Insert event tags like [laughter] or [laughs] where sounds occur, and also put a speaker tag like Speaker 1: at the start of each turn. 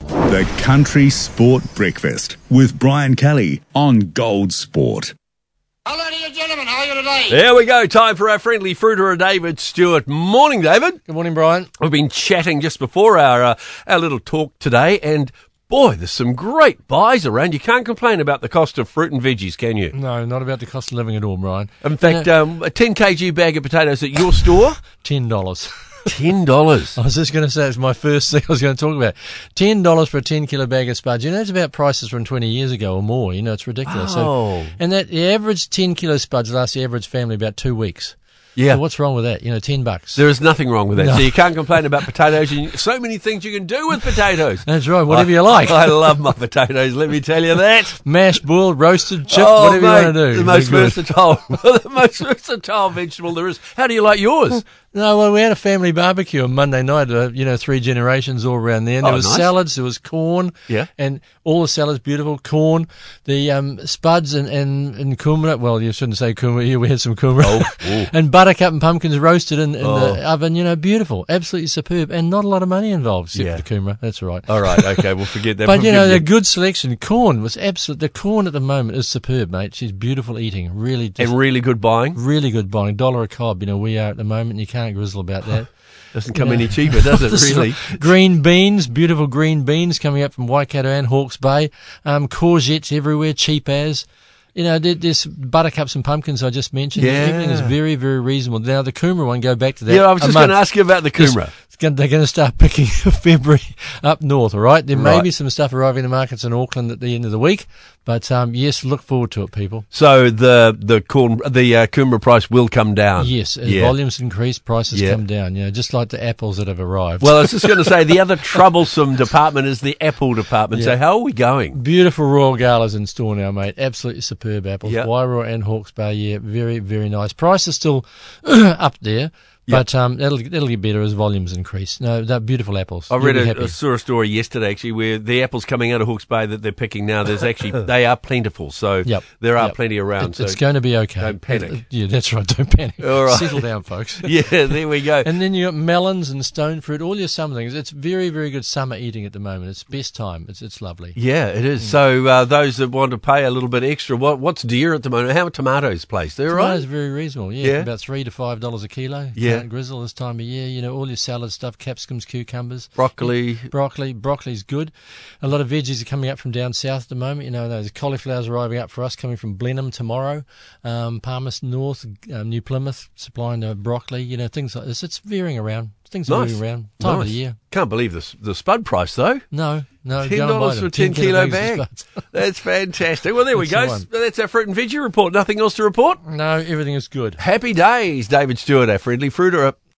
Speaker 1: The Country Sport Breakfast with Brian Kelly on Gold Sport.
Speaker 2: Hello, ladies and gentlemen. How are you today?
Speaker 3: There we go. Time for our friendly fruiterer, David Stewart. Morning, David.
Speaker 4: Good morning, Brian.
Speaker 3: We've been chatting just before our uh, our little talk today, and boy, there's some great buys around. You can't complain about the cost of fruit and veggies, can you?
Speaker 4: No, not about the cost of living at all, Brian.
Speaker 3: In fact, um, a 10 kg bag of potatoes at your store,
Speaker 4: [laughs] Ten dollars.
Speaker 3: ten
Speaker 4: uh, I
Speaker 3: dollars.
Speaker 4: was just going to say it's my first thing I was going to talk about. Ten dollars for a ten kilo bag of spuds. You know, it's about prices from twenty years ago or more. You know, it's ridiculous. So-
Speaker 3: Oh.
Speaker 4: and that the average ten kilo spuds lasts the average family about two weeks.
Speaker 3: Yeah.
Speaker 4: So what's wrong with that? You know, ten bucks.
Speaker 3: There is nothing wrong with that. So you can't complain about potatoes. And so many things you can do with
Speaker 4: [laughs]
Speaker 3: potatoes.
Speaker 4: That's right. Whatever you [laughs] like,
Speaker 3: I love my potatoes. Let me tell you
Speaker 4: [laughs]
Speaker 3: that.
Speaker 4: mashed, boiled, roasted, chipped, whatever you want to do.
Speaker 3: Oh, The
Speaker 4: They're
Speaker 3: most [laughs]
Speaker 4: good.
Speaker 3: versatile, the most versatile vegetable there is. How do you like yours?
Speaker 4: No, well, we had a family barbecue on Monday night. Uh, you know, three generations all around there. And
Speaker 3: Oh,
Speaker 4: there was
Speaker 3: nice.
Speaker 4: salads, there was corn,
Speaker 3: Yeah.
Speaker 4: and all the salads beautiful. Corn, the um, spuds, and and, and kumara. Well, you shouldn't say kumara. Yeah, we had some kumara, [laughs]
Speaker 3: oh.
Speaker 4: and buttercup and pumpkins roasted in, in
Speaker 3: Oh.
Speaker 4: the oven. You know, beautiful, absolutely superb, and not a lot of money involved except
Speaker 3: Yeah.
Speaker 4: for the kumara. That's all
Speaker 3: [laughs]
Speaker 4: right.
Speaker 3: All right, okay, we'll forget that.
Speaker 4: But you know,
Speaker 3: Forgive
Speaker 4: the
Speaker 3: me.
Speaker 4: good selection. Corn was absolute. The corn at the moment is superb, mate. She's beautiful eating. Really, just
Speaker 3: and really good buying
Speaker 4: really good buying. Dollar a cob. You know, we are at the moment. You can't grizzle about
Speaker 3: [laughs]
Speaker 4: that.
Speaker 3: doesn't come any cheaper, does it? [laughs] Really?
Speaker 4: green beans, beautiful green beans coming up from Waikato and Hawke's Bay. Um, courgettes everywhere, cheap as. You know, there, there's buttercups and pumpkins I just mentioned.
Speaker 3: Yeah.
Speaker 4: Everything is very, very reasonable. Now, the kumara one, go back to that.
Speaker 3: Yeah, I was
Speaker 4: a
Speaker 3: just
Speaker 4: month.
Speaker 3: going to ask you about the kumara.
Speaker 4: It's gonna- They're going to start picking [laughs] February up north, all right? There may
Speaker 3: Right.
Speaker 4: be some stuff arriving in the markets in Auckland at the end of the week, but um, yes, look forward to it, people.
Speaker 3: So the the corn the uh, kumara price will come down.
Speaker 4: Yes, as
Speaker 3: Yeah.
Speaker 4: volumes increase, prices
Speaker 3: Yeah.
Speaker 4: come down, you know, just like the apples that have arrived.
Speaker 3: Well, I was just going to say [laughs] the other troublesome department is the apple department. So how are we going?
Speaker 4: Beautiful Royal Galas in store now, mate. Absolutely superb apples.
Speaker 3: Yeah.
Speaker 4: Wairua and Hawke's Bay, yeah, very, very nice. Price is still [clears throat] up there, but um, that'll that'll get better as volumes increase. No, they're beautiful apples.
Speaker 3: I
Speaker 4: You'll
Speaker 3: read
Speaker 4: be
Speaker 3: a,
Speaker 4: happy.
Speaker 3: I saw a story yesterday actually where the apples coming out of Hawke's Bay that they're picking now. There's [laughs] actually they are plentiful, so
Speaker 4: Yep.
Speaker 3: there are
Speaker 4: Yep.
Speaker 3: plenty around.
Speaker 4: It-
Speaker 3: so
Speaker 4: it's going to be okay.
Speaker 3: don't panic.
Speaker 4: [laughs] Yeah, that's right. Don't panic.
Speaker 3: [laughs] All right.
Speaker 4: Settle
Speaker 3: [laughs]
Speaker 4: down, folks. [laughs]
Speaker 3: yeah, there we go.
Speaker 4: And then you got melons and stone fruit, all your summer things. It's very, very good summer eating at the moment. It's best time. It's it's lovely.
Speaker 3: Yeah, it
Speaker 4: Hmm.
Speaker 3: is. So uh, those that want to pay a little bit extra, what what's dear at the moment? How are tomatoes placed? They're
Speaker 4: Tomatoes
Speaker 3: right.
Speaker 4: are very reasonable. Yeah,
Speaker 3: Yeah.
Speaker 4: about three to five dollars a kilo.
Speaker 3: Yeah.
Speaker 4: Can't grizzle this time of year. You know, all your salad stuff, capsicums, cucumbers,
Speaker 3: Broccoli.
Speaker 4: broccoli. Broccoli's good. A lot of veggies are coming up from down south at the moment. You know, those cauliflowers arriving up for us coming from Blenheim tomorrow, um, Palmerston North, um, New Plymouth supplying the broccoli. You know, things like this. It's veering around. Things are
Speaker 3: Nice.
Speaker 4: moving around. Time of
Speaker 3: Nice.
Speaker 4: the year.
Speaker 3: Can't believe this the spud price though.
Speaker 4: No, no.
Speaker 3: Ten
Speaker 4: go and buy
Speaker 3: dollars
Speaker 4: them.
Speaker 3: for a ten kilo
Speaker 4: kilo bags
Speaker 3: bag.
Speaker 4: of spuds. [laughs]
Speaker 3: That's fantastic. Well, there we
Speaker 4: That's
Speaker 3: go.
Speaker 4: the
Speaker 3: That's our fruit and veggie report. Nothing else to report.
Speaker 4: no, everything is good.
Speaker 3: Happy days, David Stewart, our friendly fruiterer.